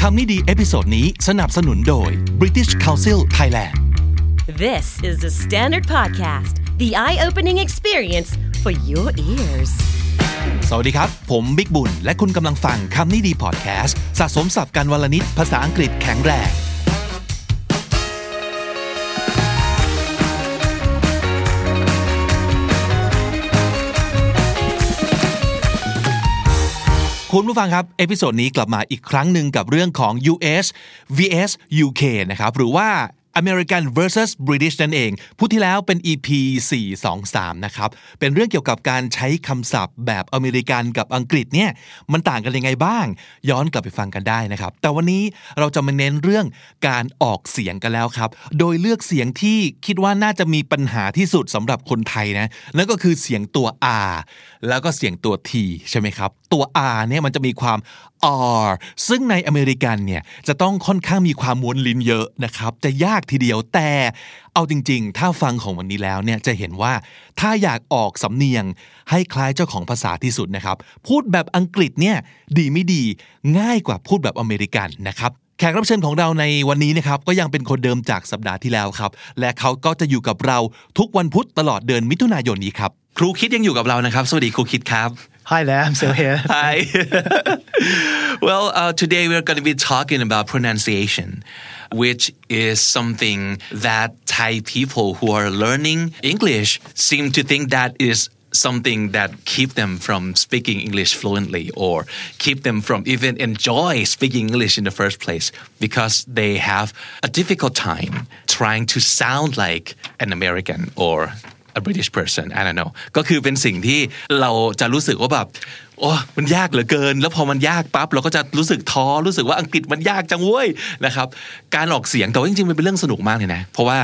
คำนี้ดีเอพิโซดนี้สนับสนุนโดย British Council Thailand This is the Standard Podcast, the eye opening experience for your ears. สวัสดีครับ ผมบิ๊กบุญ และคุณกำลังฟังคำนี้ดีพอดแคสต์สะสมสับการวลนิดภาษาอังกฤษแข็งแรง คุณผู้ฟังครับ เอพิโซดนี้กลับมาอีกครั้งหนึ่งกับเรื่องของ US vs UK นะครับ หรือว่า American versus British นั่นเอง พูดที่แล้วเป็น EP 423 นะครับ เป็นเรื่องเกี่ยวกับการใช้คำศัพท์แบบอเมริกันกับอังกฤษเนี่ย มันต่างกันยังไงบ้าง ย้อนกลับไปฟังกันได้นะครับ แต่วันนี้เราจะมาเน้นเรื่องการออกเสียงกันแล้วครับ โดยเลือกเสียงที่คิดว่าน่าจะมีปัญหาที่สุดสำหรับคนไทยนะ นั่นก็คือเสียงตัว R แล้วก็เสียงตัว T ใช่ไหมครับ ตัว R เนี่ยมันจะมีความ R ซึ่งในอเมริกันเนี่ยจะต้องค่อนข้างมีความม้วนลิ้นเยอะนะครับ จะยากทีเดียวแต่ เอาจริงๆ ถ้าฟังของวันนี้แล้วเนี่ยจะเห็นว่าถ้าอยากออกสำเนียงให้คล้ายเจ้าของภาษาที่สุดนะครับ พูดแบบอังกฤษเนี่ยดีไม่ดีง่ายกว่าพูดแบบอเมริกันนะครับ แขกรับเชิญของเราในวันนี้นะครับก็ยังเป็นคนเดิมจากสัปดาห์ที่แล้วครับ และเขาก็จะอยู่กับเราทุกวันพุธตลอดเดือนมิถุนายนนี้ครับครูคิดยังอยู่กับเรานะครับ สวัสดีครูคิดครับ Hi there, I'm still here. Hi. well, uh, today we're going to be talking about pronunciation, which is something that Thai people who are learning English seem to think that is something that keep them from speaking English fluently or keep them from even enjoy speaking English in the first place because they have a difficult time trying to sound like an American or a British person I don't know ก็คือเป็นสิ่งที่เราจะรู้สึกว่าแบบโอ้มันยากเหลือเกิน แล้วพอมันยากปั๊บเราก็จะรู้สึกท้อรู้สึกว่าอังกฤษมันยากจังเว้ยนะครับการออกเสียงแต่ว่าจริงๆมันเป็นเรื่องสนุกมากเลยนะ เพราะว่า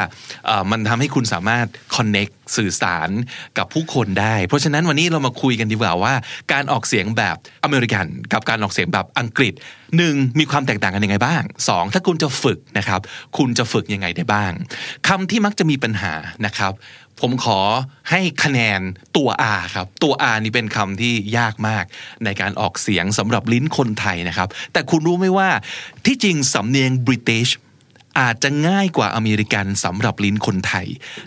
เอ่อมันทำให้คุณสามารถ connect สื่อสารกับผู้คนได้ เพราะฉะนั้นวันนี้เรามาคุยกันดีกว่าว่า การออกเสียงแบบอเมริกัน กับการออกเสียงแบบอังกฤษหนึ่งมีความแตกต่างกันยังไงบ้างสองถ้าคุณจะฝึกนะครับคุณจะฝึกยังไงได้บ้างคำที่มักจะมีปัญหานะครับ ผมขอให้คะแนนตัว R ครับ ตัว R นี่เป็นคำที่ยากมากในการออกเสียงสำหรับลิ้นคนไทยนะครับ แต่คุณรู้ไหมว่าที่จริงสำเนียงบริติชอาจจะง่ายกว่าอเมริกันสำหรับลิ้นคนไทย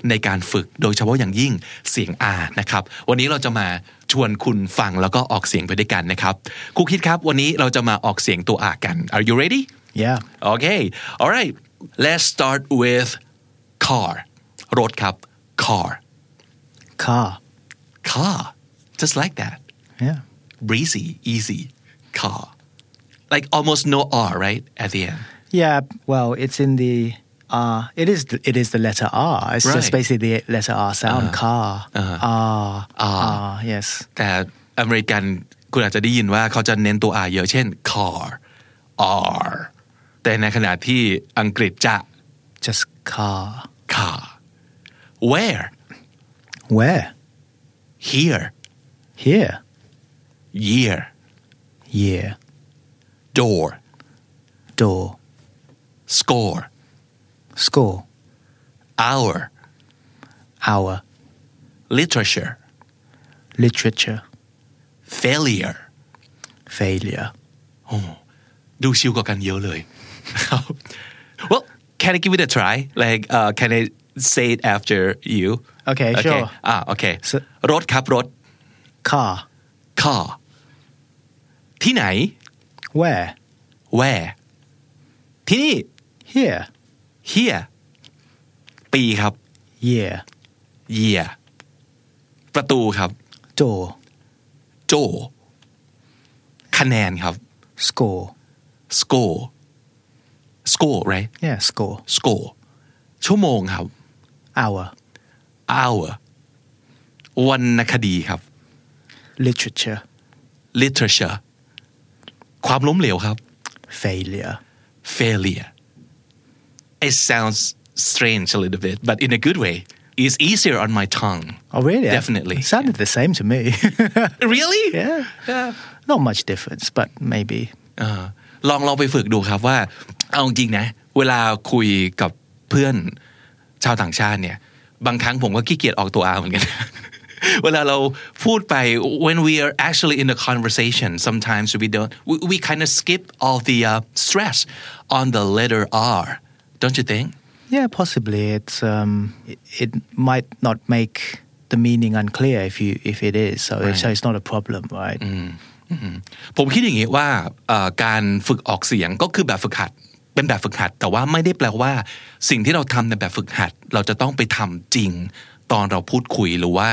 ในการฝึกโดยเฉพาะอย่างยิ่งเสียง R นะครับ วันนี้เราจะมาชวนคุณฟังแล้วก็ออกเสียงไปด้วยกันนะครับครูคิดครับ วันนี้เราจะมาออกเสียงตัว R กัน Are you ready Yeah. Okay. All right. Let's start with car. รถครับ Car. Car. Car. Just like that. Yeah. Breezy, easy. Car. Like almost no R, right? At the end. Yeah. Well, it's in the R. It is. The, it is the letter R. It's just Right. basically the letter R sound. Car. R. R. Uh-huh. R. Yes. แต่อเมริกันคุณอาจจะได้ยินว่าเขาจะเน้นตัว R เยอะเช่น car R แต่ในขณะที่อังกฤษจะ Just car. car where Where? here Here. year Year. door Door. score Score. hour Hour. literature Literature. failure Failure. ดูชิวกว่ากันเยอะเลย well can I give it a try like uh, can I say it after you Okay, sure. อ่า okay So- รถครับรถ Car. car ที่ไหน Where? where ที่นี่ Here. here ปีครับ Year. year ประตูครับ Door. door คะแนนครับ Score. score score right Yeah. Score. score ชั่วโมงครับ Hour. hour วรรณคดีครับ Literature. literature ความล้มเหลวครับ Failure. failure it sounds strange a little bit but in a good way it's easier on my tongue Oh, really? Definitely. Sounded the same to me. really yeah. yeah. Not much difference, but maybe. เออลองลองไปฝึกดูครับว่า เอาจริงนะ เวลาคุยกับเพื่อนชาวต่างชาติเนี่ย บางครั้งผมก็ขี้เกียจออกตัวอาเหมือนกัน เวลาเราพูดไป when we are actually in a conversation sometimes we don't we, we kind of skip all the uh, stress on the letter R don't you think Yeah, possibly. It's um, it, it might not make the meaning unclear if you if it is. So, it's so it's not a problem, right? ผมคิดอย่างนี้ว่าเอ่อการฝึกออกเสียงก็คือแบบฝึกหัดเป็นแบบฝึกหัด แต่ว่าไม่ได้แปลว่า สิ่งที่เราทำในแบบฝึกหัด เราจะต้องไปทำจริง ตอนเราพูดคุยหรือว่า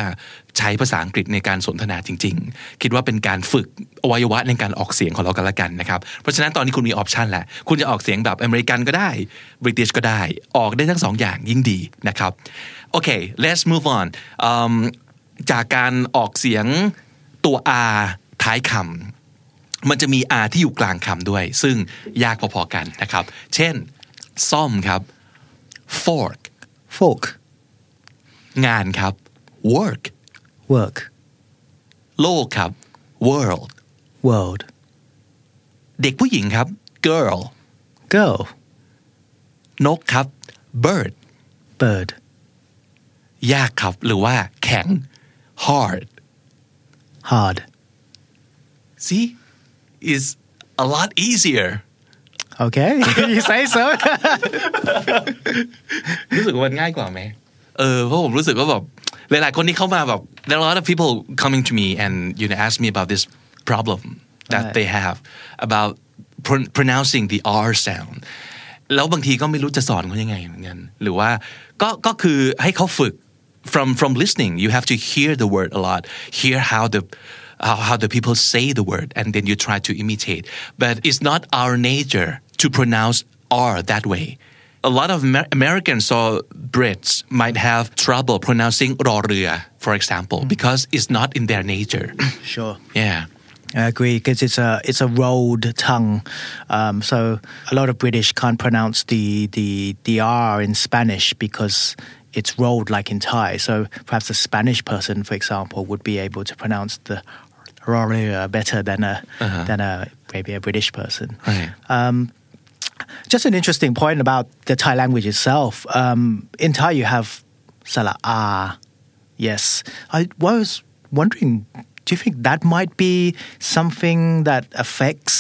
ใช้ภาษาอังกฤษในการสนทนาจริง ๆ คิดว่าเป็นการฝึกอวัยวะในการออกเสียงของเรากันละกันนะครับเพราะฉะนั้นตอนนี้คุณมีออปชันแหละคุณจะออกเสียงแบบอเมริกันก็ได้บริติชก็ได้ออกได้ทั้งสองอย่างยิ่งดีนะครับโอเค let's move on อืมจากการออกเสียงตัว R ท้ายคำ มันจะมี R ที่อยู่กลางคำด้วย ซึ่งยากพอๆกันนะครับ เช่น ซ่อมครับ fork Fork, งานครับ work work, โลกครับ world world, เด็กผู้หญิงครับ girl girl, นกครับ bird bird, ยากครับ หรือว่าแข็ง hard hard. see is a lot easier Okay, you say so. รู้สึกว่ามันง่ายกว่าไหมเออเพราะผมรู้สึกว่าแบบหลายๆคนที่เข้ามาแบบ there are a lot of people coming to me and you know ask me about this problem that ใช่ they have about pro- pronouncing the R sound แล้วบางทีก็ไม่รู้จะสอนเขายังไงเหมือนกันหรือว่าก็ก็คือให้เขาฝึก from from listening you have to hear the word a lot hear how the how, how the people say the word and then you try to imitate but it's not our nature to pronounce R that way a lot of Amer- Americans or Brits might have trouble pronouncing รอเรือ for example because it's not in their nature sure. yeah I agree because it's a it's a rolled tongue, um, so a lot of British can't pronounce the the the R in Spanish because it's rolled like in Thai. So perhaps a Spanish person, for example, would be able to pronounce the r better than a than a maybe a British person. Right. Um, just an interesting point about the Thai language itself. Um, in Thai, you have sala ah. Yes, I was wondering. Do you think that might be something that affects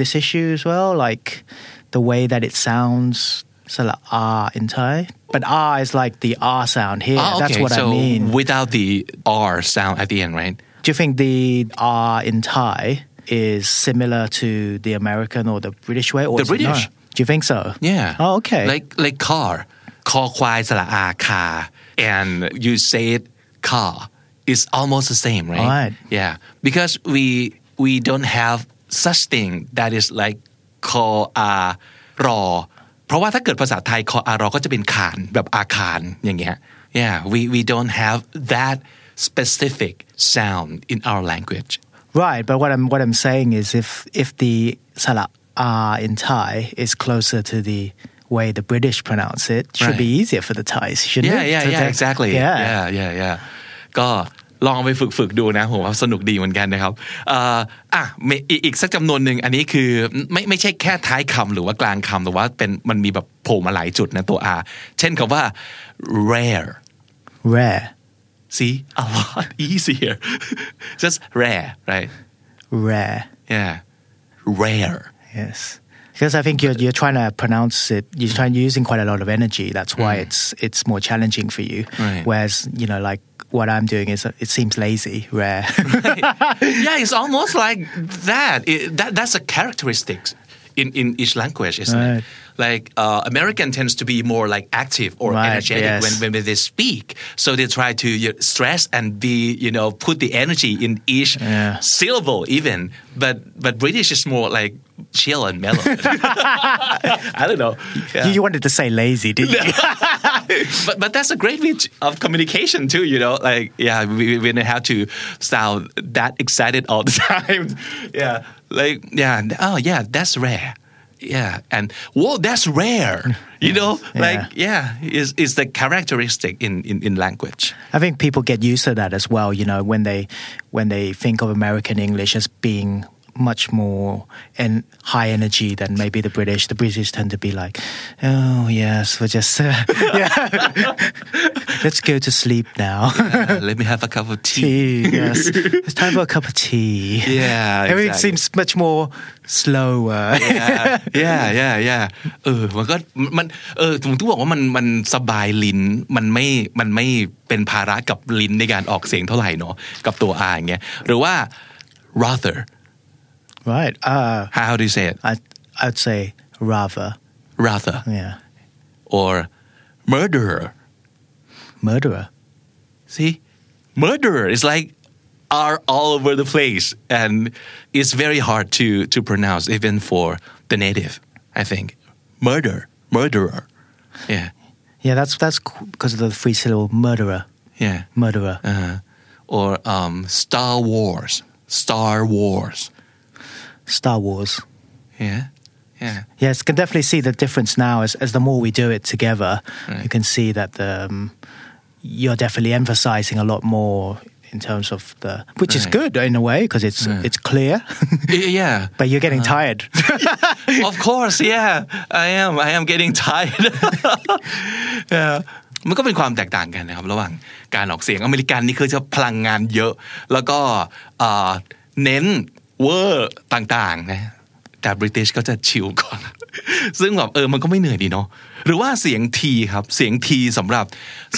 this issue as well, like the way that it sounds sala ah in Thai? But ah is like the ah sound here. Ah, That's okay. what so I mean. without the R sound at the end right Do you think the R in Thai is similar to the American or the British way? Or The is it not? British. Do you think so? Yeah. Oh, okay. Like like car, car kwai sala a car, and you say it car. It's almost the same, right? Alright. Yeah, because we we don't have such thing that is like call a raw. เพราะว่าถ้าเกิดภาษาไทยคออารอก็จะเป็นคานแบบอาคารอย่างเงี้ย Yeah we we don't have that specific sound in our language Right, but what I'm what I'm saying is if if the sala R in Thai is closer to the way the British pronounce it, should Right. be easier for the Thais, shouldn't yeah it? yeah To yeah take- exactly Yeah. yeah yeah yeah ก็ลองเอาไปฝึกฝึกดูนะผมว่าสนุกดีเหมือนกันนะครับเอ่ออ่ะมีอีกอีกสักจำนวนหนึ่งอันนี้คือไม่ไม่ใช่แค่ท้ายคำหรือว่ากลางคำแต่ว่าเป็นมันมีแบบโผล่มาหลายจุดนะตัว R เช่นคำว่า rare Rare. see a lot easier just rare right Rare. yeah rare Yes. Because I think you're you're trying to pronounce it. You're trying you're using quite a lot of energy. That's why it's it's more challenging for you. Mm. Right. Whereas you know, like what I'm doing is uh, it seems lazy, rare. yeah, it's almost like that. It, that that's a characteristic in, in each language, isn't it? Right. Like uh, American tends to be more like active or Right, energetic yes. when, when they speak, so they try to you know, stress and be you know put the energy in each Yeah. syllable even. But but British is more like chill and mellow. I don't know. Yeah. you, you wanted to say lazy, didn't you? but but that's a great way of communication too. You know, like yeah, we we don't have to sound that excited all the time. yeah, like yeah, oh yeah, that's rare. Yeah, and whoa, that's rare. You know, like yeah, is is the characteristic in in, in language. I think people get used to that as well. You know, when they when they think of American English as being much more and high energy than maybe the British. The British tend to be like, oh yes, we're just uh, yeah. Let's go to sleep now. Uh, let me have a cup of tea. tea, yes, it's time for a cup of tea. Yeah, everything exactly. seems much more slower. yeah yeah yeah yeah เออมันก็มันเออผมต้องบอกว่ามันมันสบายลิ้นมันไม่มันไม่เป็นภาระกับลิ้นในการออกเสียงเท่าไหร่เนอะกับตัว R อย่างเงี้ยหรือว่า rather right. Uh, how do you say it I I'd say rather. rather Yeah, or murderer murderer. see murderer is like are all over the place and it's very hard to to pronounce even for the native I think murder murderer yeah Yeah, that's that's because of the three syllable murderer, yeah murderer. uh, or um, Star Wars, Star Wars. Star Wars. Yeah, yeah, Yes, can definitely see the difference now as, as the more we do it together, you can see that the, um, you're definitely emphasizing a lot more in terms of the, which is Right. good in a way because it's it's clear, Y- yeah. but you're getting tired. of course, yeah. I am. I am getting tired. yeah. มันก็เป็นความแตกต่างกันนะครับ ระหว่างการออกเสียงอเมริกันนี่คือจะพลังงานเยอะ แล้วก็เอ่อเน้นเวอร์ต่างๆนะแต่บริ i ิชก็จะชิลก่อน ซึ่งแบบเออมันก็ไม่เหนื่อยดีเนาะหรือว่าเสียงทีครับเสียงทีสำหรับ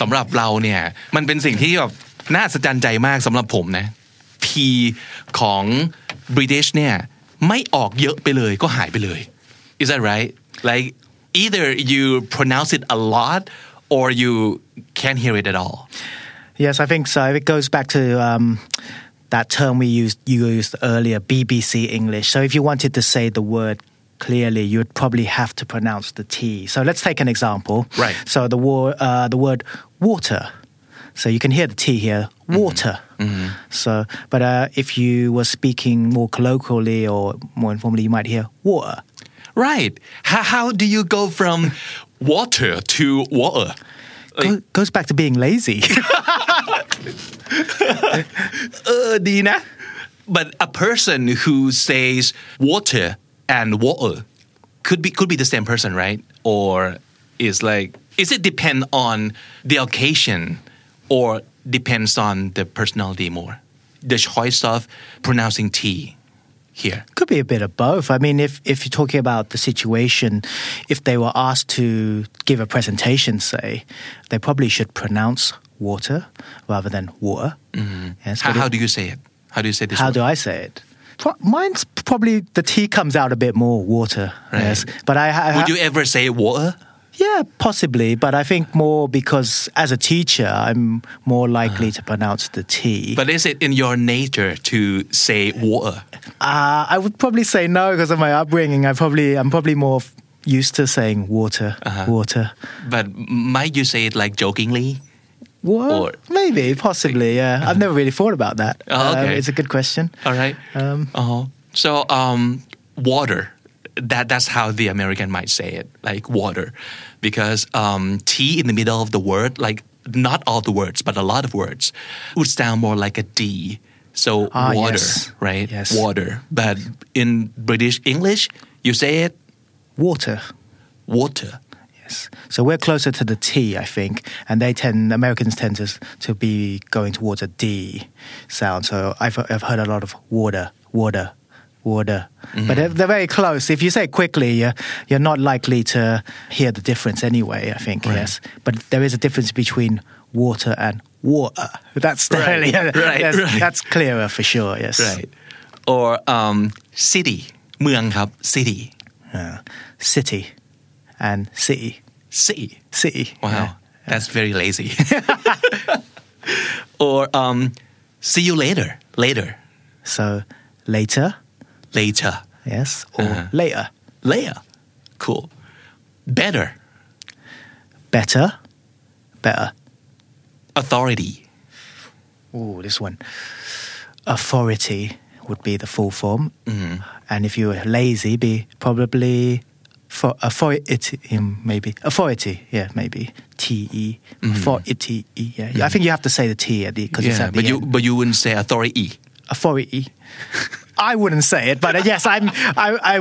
สำหรับเราเนี่ย มันเป็นสิ่งที่แบบน่าสะใจใจมากสำหรับผมนะ ทีของบริ i ิชเนี่ย ไม่ออกเยอะไปเลยก็หายไปเลย is that right like either you pronounce it a lot or you can't hear it at all yes, I think so. It goes back to um, that term we used you used earlier, BBC English. So if you wanted to say the word clearly, you would probably have to pronounce the T. So let's take an example. Right. So the war, uh, the word water. So you can hear the T here, water. So, but uh, if you were speaking more colloquially or more informally, you might hear water. right how, how do you go from water to water Go, goes back to being lazy. เออดีนะ but a person who says water and water could be could be the same person right or is like is it depend on the occasion or depends on the personality more the choice of pronouncing t here Could be a bit of both. I mean, if, if you're talking about the situation, if they were asked to give a presentation, say, they probably should pronounce water rather than water. Yes, Mm-hmm. How, but how if- do you say it? How do you say this? how word? do I say it? Pro- mine's probably the T comes out a bit more, water. Yes, but I, I Would you e-, ever say water? yeah, possibly, but I think more because as a teacher, I'm more likely Uh-huh. to pronounce the T. But is it in your nature to say water? Uh, I would probably say no because of my upbringing. I probably I'm probably more f- used to saying water, Uh-huh. water, But might you say it like jokingly? what? Or- Maybe, possibly. Yeah, I've never really thought about that. Um, Oh, okay. it's a good question. All right. Um, uh-huh. So um, water. That that's how the American might say it, like water, because um, T in the middle of the word, like not all the words, but a lot of words, would sound more like a D. So Ah, water, yes. right? Yes. Water. But in British English, you say it Water. water. Yes. So we're closer to the T, I think, and they tend Americans tend to s- to be going towards a D sound. So I've I've heard a lot of water, water, water, Mm-hmm. but they're, they're very close. If you say it quickly, you're, you're not likely to hear the difference anyway. I think yes, but there is a difference between water and water. That's Right, definitely right, that's, right. that's clearer for sure. Yes. right or um city เมืองครับ city Yeah. City, and city, city city. wow that's very lazy or um see you later later So later. later yes, or Uh-huh. later. later cool better Better, better. authority Ooh, this one. Authority would be the full form, and if you were lazy, be probably for authority, um, maybe authority. Yeah, maybe T E authority. Mm. Yeah, I think you have to say the T at the because it's yeah at the but you end. but you wouldn't say authority Afori. I wouldn't say it, but uh, yes, I'm. I, I,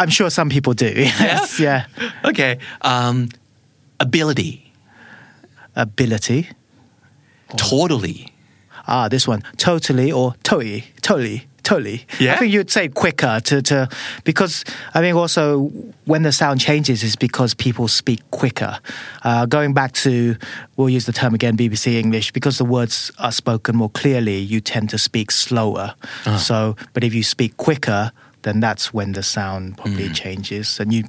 I'm sure some people do. Yes, yeah. Okay. Um, ability. Ability. Oh. Totally. Ah, this one totally or totally, totally, totally. Yeah. I think you'd say quicker to, to because I think also when the sound changes is because people speak quicker. Uh, going back to we'll use the term again, BBC English, because the words are spoken more clearly, you tend to speak slower. So, but if you speak quicker, then that's when the sound probably changes, and you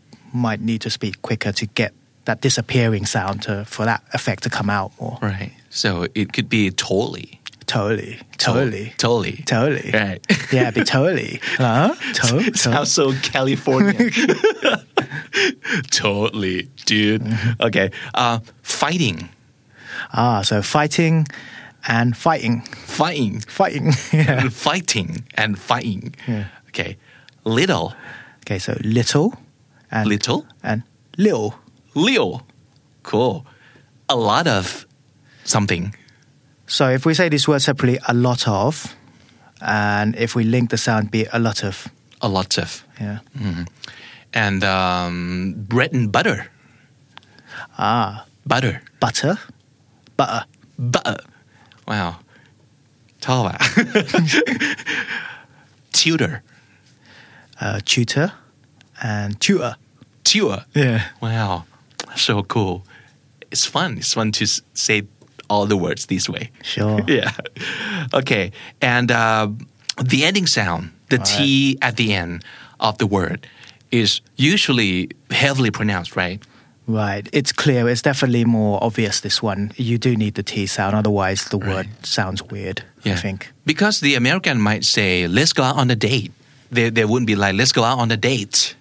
might need to speak quicker to get that disappearing sound to, for that effect to come out more. Right. So it could be totally. Totally, totally, Totally. Totally. Right. yeah, be totally. Huh? To- to- Sounds so California. totally, dude. Okay. Uh, fighting. ah, so fighting and fighting. Fighting. Fighting. yeah. And fighting and fighting. Okay. Little. Okay, so little and Little. and little. Leo. Cool. A lot of something. So if we say this word separately, a lot of, and if we link the sound, be a lot of. A lot of. Yeah. And um, bread and butter. Ah, Butter. butter, butter. Butter. Wow. Tall. Tutor. Uh, tutor and tutor. Tutor. Yeah. Wow, so cool. It's fun. It's fun to s- say all the words this way. Sure. Yeah. Okay. And uh, the ending sound, the T at the end of the word, is usually heavily pronounced, right? Right. It's clear. It's definitely more obvious this one. You do need the T sound, otherwise the word sounds weird, I think. Because the American might say, let's go out on a date. They, they wouldn't be like, let's go out on a date.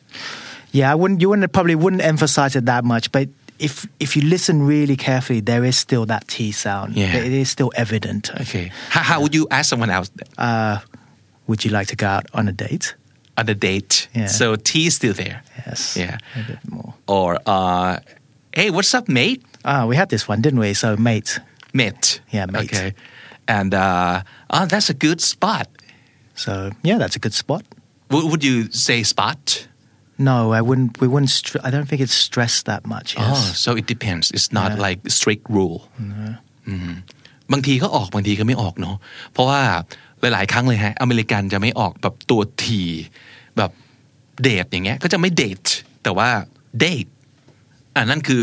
Yeah, I wouldn't you wouldn't probably wouldn't emphasize it that much, but if if you listen really carefully, there is still that T sound. Yeah. It is still evident. Okay. How, how would you ask someone else Would you like to go out on a date? on a date? Uh, Yeah. So T is still there. Yes. Yeah. A bit more. Or, uh, hey, what's up, mate? Ah, we had this one, didn't we? So mate. Met. Yeah, met. Okay. And uh, oh, that's a good spot. So yeah, that's a good spot. W- would you say spot? No, I wouldn't we wouldn't str- I don't think it's stressed that much. Oh, Yes. so it depends. It's not like strict rule อืมบางทีก็ออกบางทีก็ไม่ออกเนาะเพราะว่าหลาย ๆ ครั้งเลยฮะ อเมริกันจะไม่ออกแบบตัวทีแบบเดทอย่างเงี้ย ก็จะไม่เดทแต่ว่าเดทอ่านั่นคือ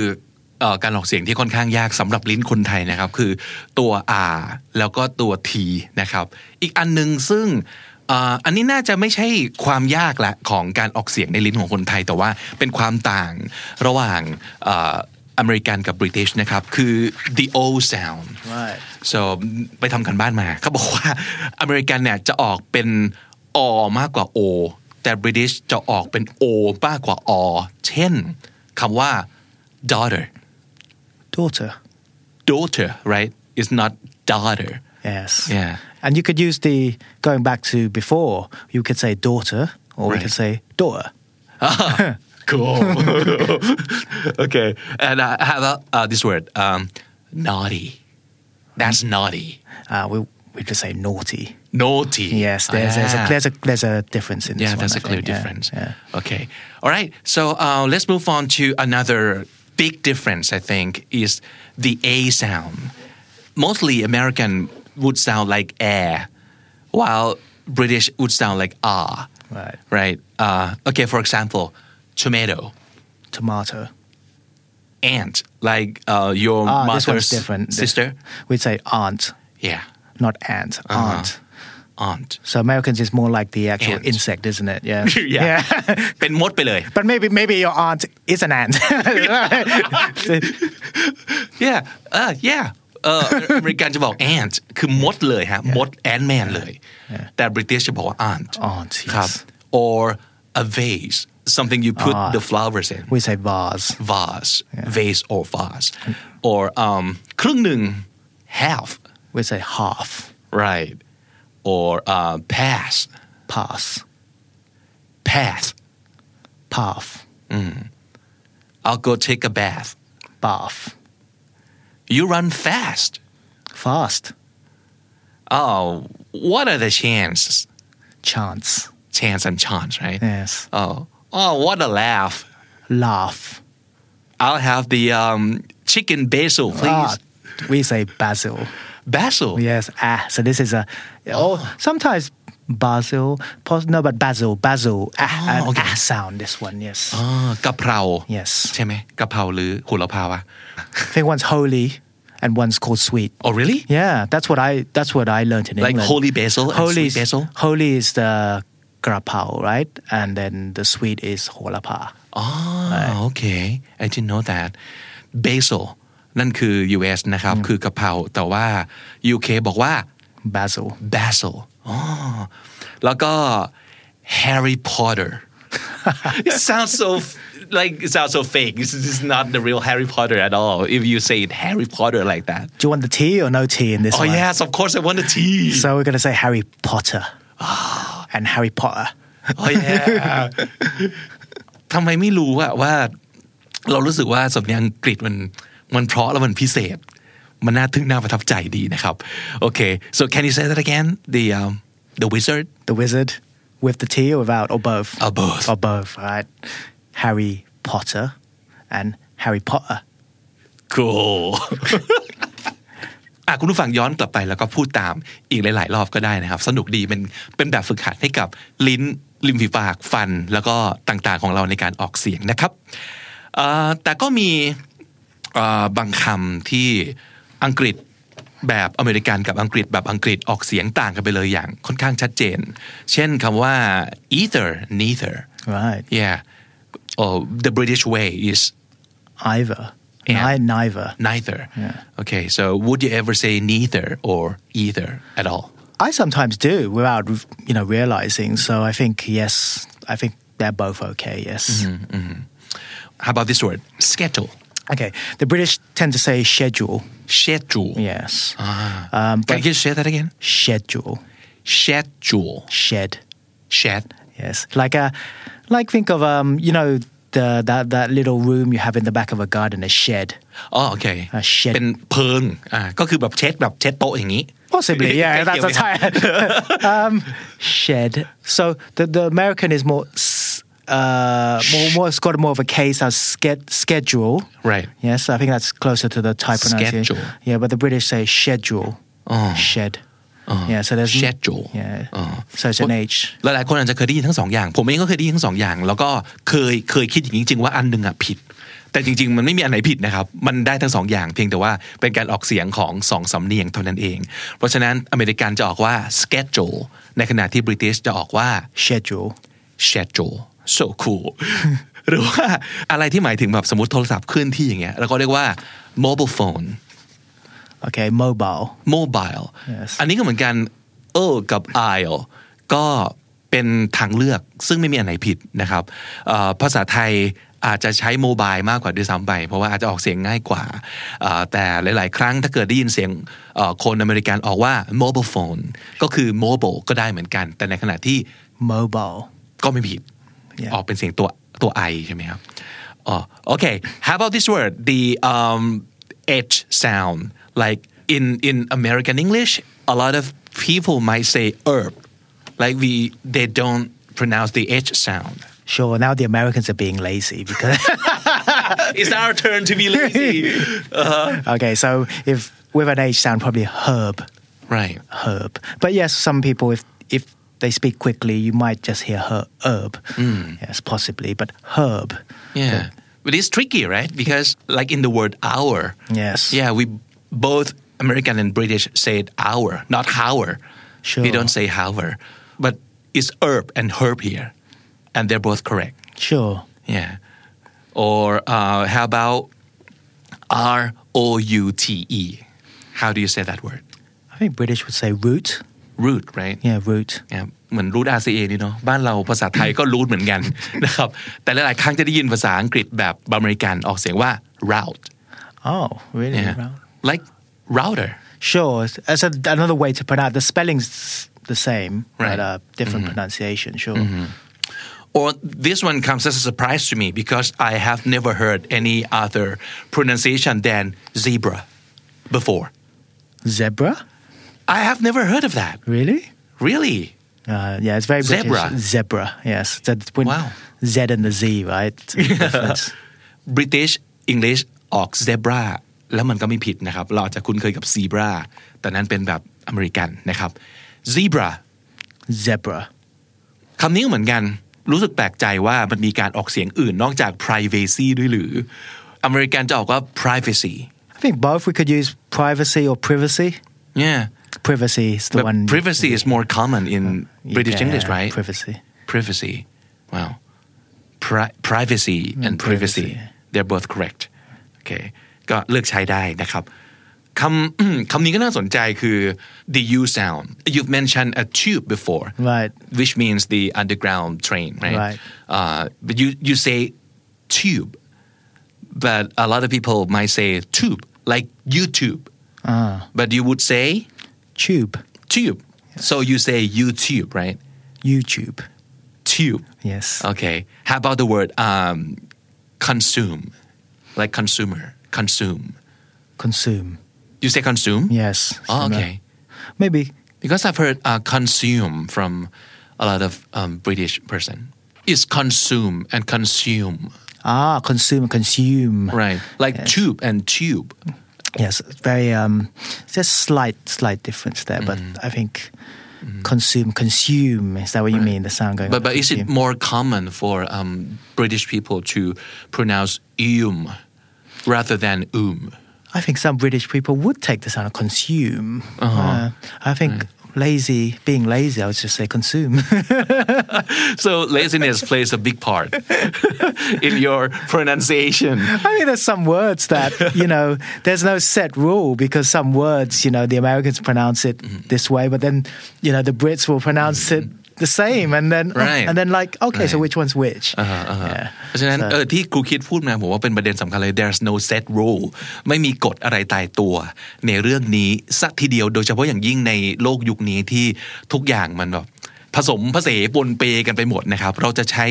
เอ่อการออกเสียงที่ค่อนข้างยากสำหรับลิ้นคนไทยนะครับ คือตัว R แล้วก็ตัว T นะครับ อีกอันหนึ่งซึ่งเอ่ออันนี้น่าจะไม่ใช่ความยากละของการออกเสียงในลิ้นของคนไทย แต่ว่าเป็นความต่างระหว่างเอ่ออเมริกันกับบริติชนะครับ คือ the O sound Right. so ไปทำกันบ้านมาเขาบอกว่าอเมริกันเนี่ยจะออกเป็นอมากกว่าโอแต่บริติชจะออกเป็นโอมากกว่าอเช่นคำว่า daughter Oh. Daughter. daughter right is not daughter Yes. Yeah. And you could use the going back to before. You could say daughter, or Right. we could say daughter. cool okay and uh, how about uh, this word um, naughty that's naughty Uh, we we just say naughty. naughty Yes. There's there's, a, Ah. there's a there's a difference in this Yeah, one, that's I a clear think. Yeah, difference. Yeah. Okay. All right. So uh, let's move on to another big difference, I think, is the A sound. Mostly American would sound like air, while British would sound like ah. Right. Right. Uh, okay, for example, tomato, Tomato. aunt, like uh, your Ah, mother's this one's different. This- sister. Uh-huh. We'd say aunt, Yeah, not aunt. Aunt. aunt. So Americans is more like the actual Ant. insect, isn't it? Yeah. yeah.เป็นมดไปเลย But maybe maybe your aunt is an ant. yeah เออ yeah เออ อเมริกันจะบอก ant คือมดเลยฮะมด ant man เลย แต่ British จะบอกว่า aunt Aunt, yes. ครับ or a vase something you put the flowers in we say vase. vase vase or vase or um ครึ่งหนึ่ง half We say half. right or uh, pass Pass. path Path. I'll go take a bath Bath. you run fast Fast. oh what are the chances? Chance. Chance and chance, right? Yes. Oh, oh, what a laugh! Laugh. I'll have the um, chicken basil, please. Ah, we say basil. Basil. Yes. Ah. So this is a. Oh. Sometimes basil. Pos, no, but basil. Basil. Ah. an Oh, okay. Oh. ah sound. This one. Yes. อ่ากะเพรา Yes. ใช่ไหมกะเพราหรือโหุละพาวะ I think one's holy, and one's called sweet. Oh really Yeah, that's what I that's what I learned in Like England. holy basil and sweet is- basil? Holy is the grapao, right? And then the sweet is holapa. oh okay I didn't know that basil นั่นคือ US นะครับ คือกะเพราแต่ว่า UK บอกว่า Basil. basil อ๋อแล้วก็ Harry Potter it sounds so like it sounds so fake this is not the real Harry Potter at all if you say it Harry Potter like that Do you want the tea or no tea in this oh one? yes of course I want a tea So we're gonna say Harry Potter. Ah. And Harry Potter. โอ้ย ทำไมไม่รู้อะว่า เรารู้สึกว่าสำเนียงอังกฤษมันมันเพราะแล้วมันพิเศษ มันน่าทึ่งน่าประทับใจดีนะครับ โอเค so can you say that again the um, the wizard The wizard with the tea or without or both? Or Oh, both. Or both, right? Harry Potter and Harry Potter. cool อ่ะคุณผู้ฟังย้อนกลับไปแล้วก็พูดตามอีกหลาย ๆ รอบก็ได้นะครับ สนุกดีเป็นเป็นแบบฝึกหัดให้กับลิ้นริมฝีปากฟันแล้วก็ต่าง ๆ ของเราในการออกเสียงนะครับเอ่อแต่ก็มี เอ่อบางคำที่อังกฤษแบบอเมริกันกับอังกฤษแบบอังกฤษออกเสียงต่างกันไปเลยอย่างค่อนข้างชัดเจน เช่นคำว่า either neither Right. yeah or the British way is Either. Yeah. Ni- neither. neither okay so would you ever say neither or either at all I sometimes do without you know realizing. So I think yes, I think they're both okay. Yes. Mm-hmm. how about this word schedule Okay. The British tend to say schedule. schedule Yes. um, can you say that again Schedule. schedule Shed. shed Yes. Like a, like think of um, you know the that that little room you have in the back of a garden, a shed. อ๋อโอเค อ่ะ Uh, shed Oh, เป็นเพิงอ่าก็คือแบบเช็ดแบบเช็ดโต๊ะอย่างนี้ Possibly, yeah. ใกล้ That's a เคียงไหมครับ title. um, shed. So the the American is more. s- Uh, more, more, it's got more of a case as sched- schedule. Right. Yes, I think that's closer to the Thai pronunciation. Schedule. Yeah, but the British say schedule. Oh. Shed. Yeah, so there's schedule Yeah. Oh. So it's an H. หลายๆคนอาจจะเคยได้ยินทั้งสองอย่าง ผมเองก็เคยได้ยินทั้งสองอย่าง แล้วก็เคยเคยคิดอย่างนี้จริงๆว่าอันหนึ่งอ่ะผิด แต่จริง ๆ มันไม่มีอันไหนผิดนะครับ มันได้ทั้งสองอย่างเพียงแต่ว่าเป็นการออกเสียงของสองสำเนียงเท่านั้นเอง เพราะฉะนั้นอเมริกันจะออกว่า schedule ในขณะที่บริติชจะออกว่า Schedule. schedule so cool หรือว่าอะไรที่หมายถึงแบบสมมติโทรศัพท์เคลื่อนที่อย่างเงี้ยแล้วก็เรียกว่า mobile phone Okay, mobile. mobile Yes. อันนี้ก็เหมือนกัน เออ กับ I'll ก็เป็นทางเลือกซึ่งไม่มีอันไหนผิดนะครับเอ่อภาษาไทยอาจจะใช้โมบายมากกว่าด้วยซ้ำไป เพราะว่าอาจจะออกเสียงง่ายกว่าเอ่อแต่หลาย ๆ ครั้งถ้าเกิดได้ยินเสียงเอ่อคนอเมริกันออกว่า mobile phone ก็คือ mobile ก็ได้เหมือนกัน แต่ในขณะที่ Mobile. ก็ไม่ผิด Yeah. ออกเป็นเสียงตัวตัว I ใช่ไหมครับอ๋อโอเค how about this word the um h sound like in in American English a lot of people might say herb like we they don't pronounce the h sound Sure, now the Americans are being lazy because. it's our turn to be lazy okay, so if with an H sound, probably herb. right Herb. But yes, some people, if, if they speak quickly, you might just hear her, herb. Hmm. Yes, possibly. But herb. yeah but it's tricky right because like in the word hour Yes. yeah we both American and British said hour not hour Sure. we don't say hour but it's herb and herb here and they're both correct Sure. Yeah. Or uh, how about R O U T E? How do you say that word? I think British would say root. Root, right? Yeah, root. เนี่ยเหมือนรูท RCA นี่เนาะบ้านเราภาษาไทยก็รูทเหมือนกัน นะครับ แต่หลายๆครั้งจะได้ยินภาษาอังกฤษแบบอเมริกันออกเสียงว่า route Oh, really? เนี่ย Round. like router Sure. That's a, another way to pronounce the spelling's the same, Right. Mm-hmm. but uh, different pronunciation, sure. or this one comes as a surprise to me because I have never heard any other pronunciation than zebra before Zebra? I have never heard of that. Really? Really? Uh, yeah, it's very British. Zebra. Zebra. Yes. It's a- when- Wow. Z and the Z, right? Difference. British English ออก zebra แล้วมันก็ไม่ผิดนะครับ เราอาจจะคุ้นเคยกับ zebra แต่นั้นเป็นแบบอเมริกันนะครับ zebra Zebra. คำนี้เหมือนกันรู้สึกแปลกใจว่ามันมีการออกเสียงอื่นนอกจาก privacy ด้วยหรือ อเมริกันจะออกว่า privacy I think both we could use privacy or privacy. yeah Privacy is the but one. privacy is more common in British Yeah, English right Privacy. privacy wow Pri- privacy and privacy Hmm, privacy. they're both correct โอเคก็เลือกใช้ได้นะครับคำ คำนี้ก็น่าสนใจคือ the U sound you've mentioned a tube before Right. which means the underground train right, Right. Uh, but you you say tube but a lot of people might say tube like YouTube Uh. but you would say Tube. tube so you say YouTube right YouTube. tube Yes. Okay. How about the word um, consume? Like consumer, consume. Consume. You say consume? Yes. Oh, similar. okay. Maybe. Because I've heard uh, consume from a lot of um, British person. It's consume and consume, Ah, consume, consume. right? Like tube and tube. Yes, very um, just slight, slight difference there, but Mm. I think consume, consume. Is that what you mean? The sound going. But on, but is it consume. more common for um, British people to pronounce um rather than um? I think some British people would take the sound of consume. Uh-huh. Uh, I think lazy, being lazy, I would just say consume. So laziness plays a big part in your pronunciation. I mean, there's some words that you know, there's no set rule because some words, you know, the Americans pronounce it Mm-hmm. this way, but then you know the Brits will pronounce it the same, and then uh, Right. and then like okay, so Right. Uh-huh, which one's which? อ่าฮะอ่าฮะ Yeah. เพราะฉะนั้นเออ So, ที่ครูคิดพูดมาผมว่าเป็นประเด็นสำคัญเลย there's no set rule ไม่มีกฎอะไรตายตัว ในเรื่องนี้สักทีเดียวโดยเฉพาะอย่างยิ่งในโลกยุคนี้ที่ทุกอย่างมันแบบผสมผสานปนเปกันไปหมดนะครับ เราจะใช้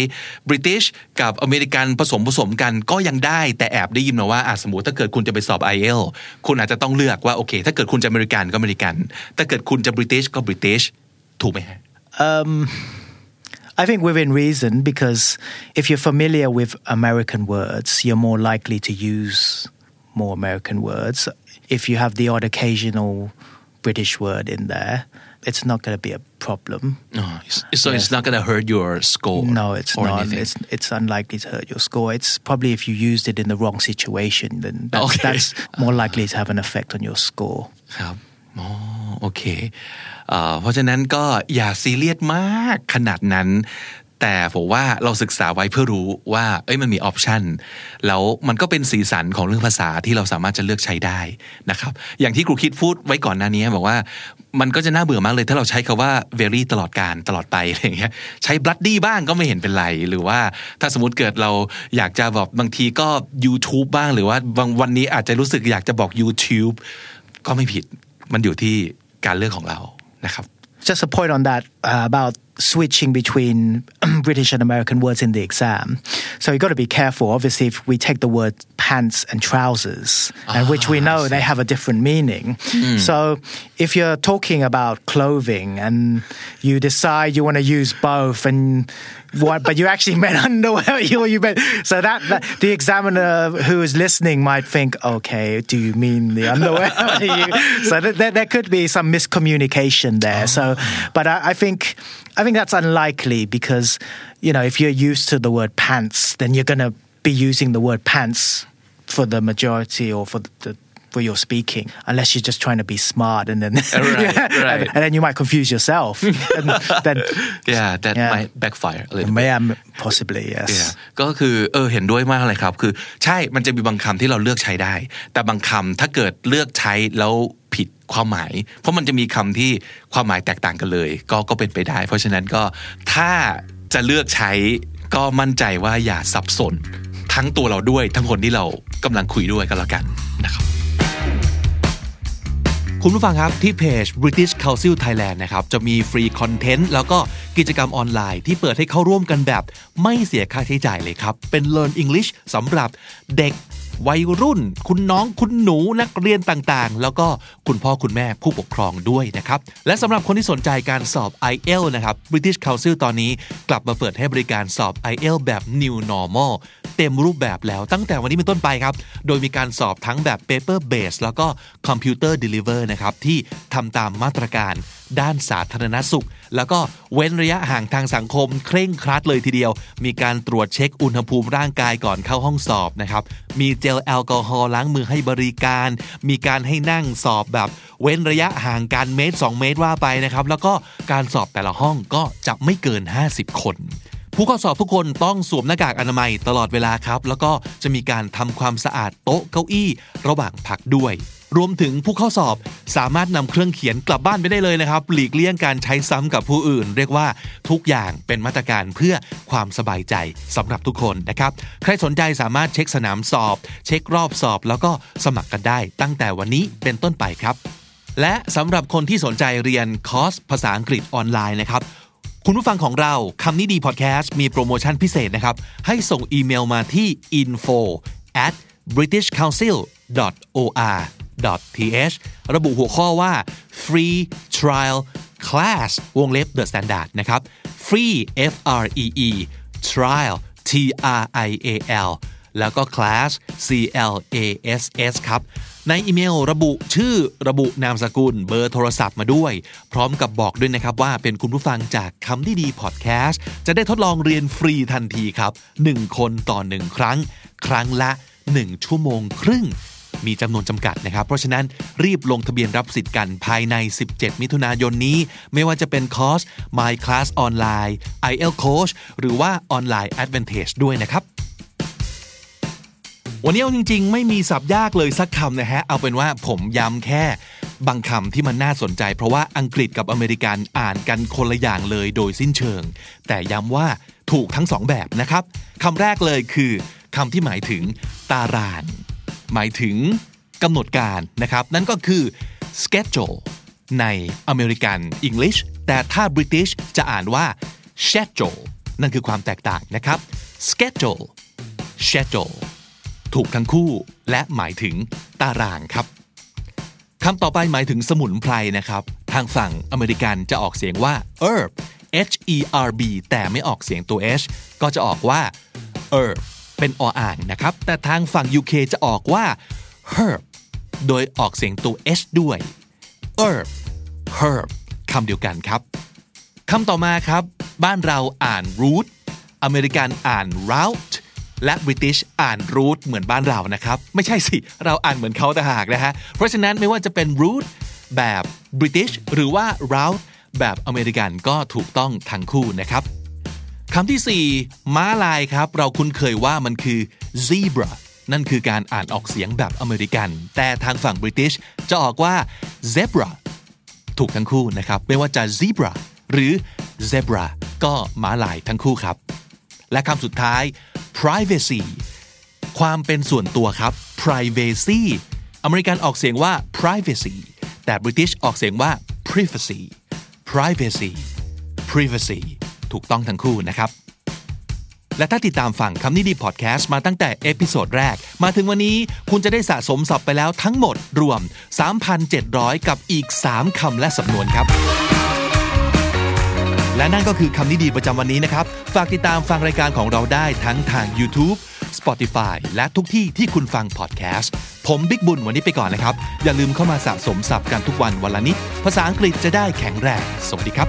บริติชกับอเมริกันผสมผสมกันก็ยังได้แต่แอบได้ยินมาว่าอ่ะสมมติถ้าเกิดคุณจะไปสอบ i อเอลคุณอาจจะต้องเลือกว่าโอเค ถ้าเกิดคุณจะอเมริกันก็อเมริกัน ถ้าเกิดคุณจะบริติชก็บริติชถูกไหมฮะ I think within reason, because if you're familiar with American words, you're more likely to use more American words. If you have the odd occasional British word in there, it's not going to be a problem. No, it's- so it's not gonna hurt your score. No, it's or not. anything. It's it's unlikely to hurt your score. It's probably if you used it in the wrong situation, then that's, Okay. that's more likely to have an effect on your score. ครับอ๋อโอเคเอ่อเพราะฉะนั้นก็อย่าซีเรียสมากขนาดนั้น แต่ผมว่าเราศึกษาไว้เพื่อรู้ว่า เอ้ยมันมีออปชันแล้วมันก็เป็นสีสันของเรื่องภาษาที่เราสามารถจะเลือกใช้ได้นะครับ อย่างที่ครูคิดพูดไว้ก่อนหน้านี้บอกว่า มันก็จะน่าเบื่อมากเลย ถ้าเราใช้คาว่า very ตลอดการตลอดไปอะไรอย่างเงี้ยใช้ bloody บ้างก็ไม่เห็นเป็นไร หรือว่าถ้าสมมติเกิดเราอยากจะแบบบางทีก็ YouTube บ้างหรือว่าบางวันนี้อาจจะรู้สึกอยากจะบอก YouTube ก็ไม่ผิดมันอยู่ที่การเลือกของเรานะครับ Just a point on that uh, about switching between British and American words in the exam. So you've got to be careful. Obviously, if we take the word pants and trousers, and which we know they have a different meaning. So if you're talking about clothing and you decide you want to use both, and what, but you actually meant underwear, you you meant so that, that the examiner who is listening might think, okay, do you mean the underwear? Or do you-" so th- there, there could be some miscommunication there. So, Oh. but I, I think I think that's unlikely because you know if you're used to the word pants, then you're gonna be using the word pants for the majority or for the for your speaking, unless you're just trying to be smart, and then Right, right. and then you might confuse yourself. and then, yeah that Yeah. might backfire a little bit yeah, possibly yes. Yeah. ก็คือเออเห็นด้วยมากเลยครับ คือใช่มันจะมีบางคำที่เราเลือกใช้ได้ แต่บางคำถ้าเกิดเลือกใช้แล้วผิดความหมาย เพราะมันจะมีคำที่ความหมายแตกต่างกันเลย ก็ก็เป็นไปได้ เพราะฉะนั้นก็ถ้าจะเลือกใช้ก็มั่นใจว่าอย่าสับสน ทั้งตัวเราด้วย ทั้งคนที่เรากำลังคุยด้วยก็แล้วกันนะครับ คุณผู้ฟังครับ ที่เพจ British Council Thailand นะครับ จะมีฟรีคอนเทนต์ แล้วก็กิจกรรมออนไลน์ที่เปิดให้เข้าร่วมกันแบบ ไม่เสียค่าใช้จ่ายเลยครับ เป็น Learn English สำหรับเด็ก วัยรุ่น คุณน้องคุณหนูนักเรียนต่างๆ แล้วก็คุณพ่อคุณแม่ผู้ปกครองด้วยนะครับ และสำหรับคนที่สนใจการสอบ i อ l นะครับ British Council ตอนนี้กลับมาเปิดให้บริการสอบ i อ l แบบ New Normal เต็มรูปแบบแล้วตั้งแต่วันนี้เป็นต้นไปครับ โดยมีการสอบทั้งแบบ Paper Base แล้วก็ Computer Deliver นะครับ ที่ทำตามมาตรการ ด้านสาธารณสุข แล้วก็เว้นระยะห่างทางสังคม เคร่งครัดเลยทีเดียว มีการตรวจเช็คอุณหภูมิร่างกายก่อนเข้าห้องสอบนะครับ มีเจลแอลกอฮอล์ล้างมือให้บริการ มีการให้นั่งสอบแบบเว้นระยะห่างกันเมตร 2 เมตรว่าไปนะครับ แล้วก็การสอบแต่ละห้องก็จะไม่เกิน 50 คน ผู้เข้าสอบทุกคนต้องสวมหน้ากากอนามัยตลอดเวลาครับ แล้วก็จะมีการทำความสะอาดโต๊ะเก้าอี้ ระหว่างพักด้วย รวมถึงผู้เข้าสอบสามารถนำเครื่องเขียนกลับบ้านไปได้เลยนะครับ หลีกเลี่ยงการใช้ซ้ำกับผู้อื่น เรียกว่าทุกอย่างเป็นมาตรการเพื่อความสบายใจสำหรับทุกคนนะครับ ใครสนใจสามารถเช็คสนามสอบ เช็ครอบสอบ แล้วก็สมัครกันได้ ตั้งแต่วันนี้เป็นต้นไปครับ และสำหรับคนที่สนใจเรียนคอร์สภาษาอังกฤษออนไลน์นะครับ คุณผู้ฟังของเราคำนี้ดีพอดแคสต์มีโปรโมชั่นพิเศษนะครับ ให้ส่งอีเมลมาที่ info at britishcouncil.or.th ระบุหัวข้อว่า free trial class วงเล็บ the standard นะครับ free f r e e trial t r i a l แล้วก็ class c l a s s ครับ ในอีเมลระบุชื่อระบุนามสกุลเบอร์โทรศัพท์มาด้วย พร้อมกับบอกด้วยนะครับว่าเป็นคุณผู้ฟังจากคำที่ดีพอดแคสต์จะได้ทดลองเรียนฟรีทันทีครับ 1 คนต่อ 1 ครั้ง ครั้งละ 1 ชั่วโมงครึ่ง มีจำนวนจำกัดนะครับ เพราะฉะนั้นรีบลงทะเบียนรับสิทธิ์กันภายใน 17 มิถุนายนนี้ ไม่ว่าจะเป็นคอร์ส My Class Online IEL Coach หรือว่า Online Advantage ด้วยนะครับ วันนี้เอาจริงๆ ไม่มีสับยากเลยสักคำนะฮะ เอาเป็นว่าผมย้ำแค่บางคำที่มันน่าสนใจ เพราะว่าอังกฤษกับอเมริกันอ่านกันคนละอย่างเลยโดยสิ้นเชิง แต่ย้ำว่าถูกทั้งสองแบบนะครับคำแรกเลยคือคำที่หมายถึงตาราง หมายถึงกำหนดการนะครับ นั่นก็คือ schedule ในอเมริกัน English แต่ถ้า British จะอ่านว่า schedule นั่นคือความแตกต่างนะครับ schedule schedule ถูกทั้งคู่และหมายถึงตารางครับคำต่อไปหมายถึงสมุนไพรนะครับ ทางฝั่งอเมริกันจะออกเสียงว่า herb h e r b แต่ไม่ออกเสียงตัว h ก็จะออกว่า herb เป็นออ่างนะครับ แต่ทางฝั่ง UK จะออกว่า herb โดยออกเสียงตัว h ด้วย herb herb คำเดียวกันครับ คำต่อมาครับ บ้านเราอ่าน root อเมริกันอ่าน route และ British อ่าน root เหมือนบ้านเรานะครับ ไม่ใช่สิ เราอ่านเหมือนเขาต่างหากนะฮะ เพราะฉะนั้นไม่ว่าจะเป็น root แบบ British หรือว่า route แบบอเมริกันก็ถูกต้องทั้งคู่นะครับ คำที่ 4 ม้าลายครับ เราคุ้นเคยว่ามันคือ zebra นั่นคือการอ่านออกเสียงแบบอเมริกัน แต่ทางฝั่งบริติชจะออกว่า zebra ถูกทั้งคู่นะครับ ไม่ว่าจะ zebra หรือ zebra ก็ม้าลายทั้งคู่ครับ และคำสุดท้าย privacy ความเป็นส่วนตัวครับ privacy อเมริกันออกเสียงว่า privacy แต่บริติชออกเสียงว่า privacy privacy privacy ถูกต้องทั้งคู่นะครับ และถ้าติดตามฟังคำนี้ดีพอดแคสต์มาตั้งแต่เอพิโซดแรก มาถึงวันนี้คุณจะได้สะสมศัพท์ไปแล้วทั้งหมดรวม 3,700 กับอีก 3 คำและสำนวนครับ และนั่นก็คือคำนิดีประจำวันนี้นะครับ ฝากติดตามฟังรายการของเราได้ทั้งทาง YouTube Spotify และทุกที่ที่คุณฟังพอดแคสต์ ผมบิ๊กบุญวันนี้ไปก่อนนะครับ อย่าลืมเข้ามาสะสมศัพท์กันทุกวันวันละนิด ภาษาอังกฤษจะได้แข็งแรง สวัสดีครับ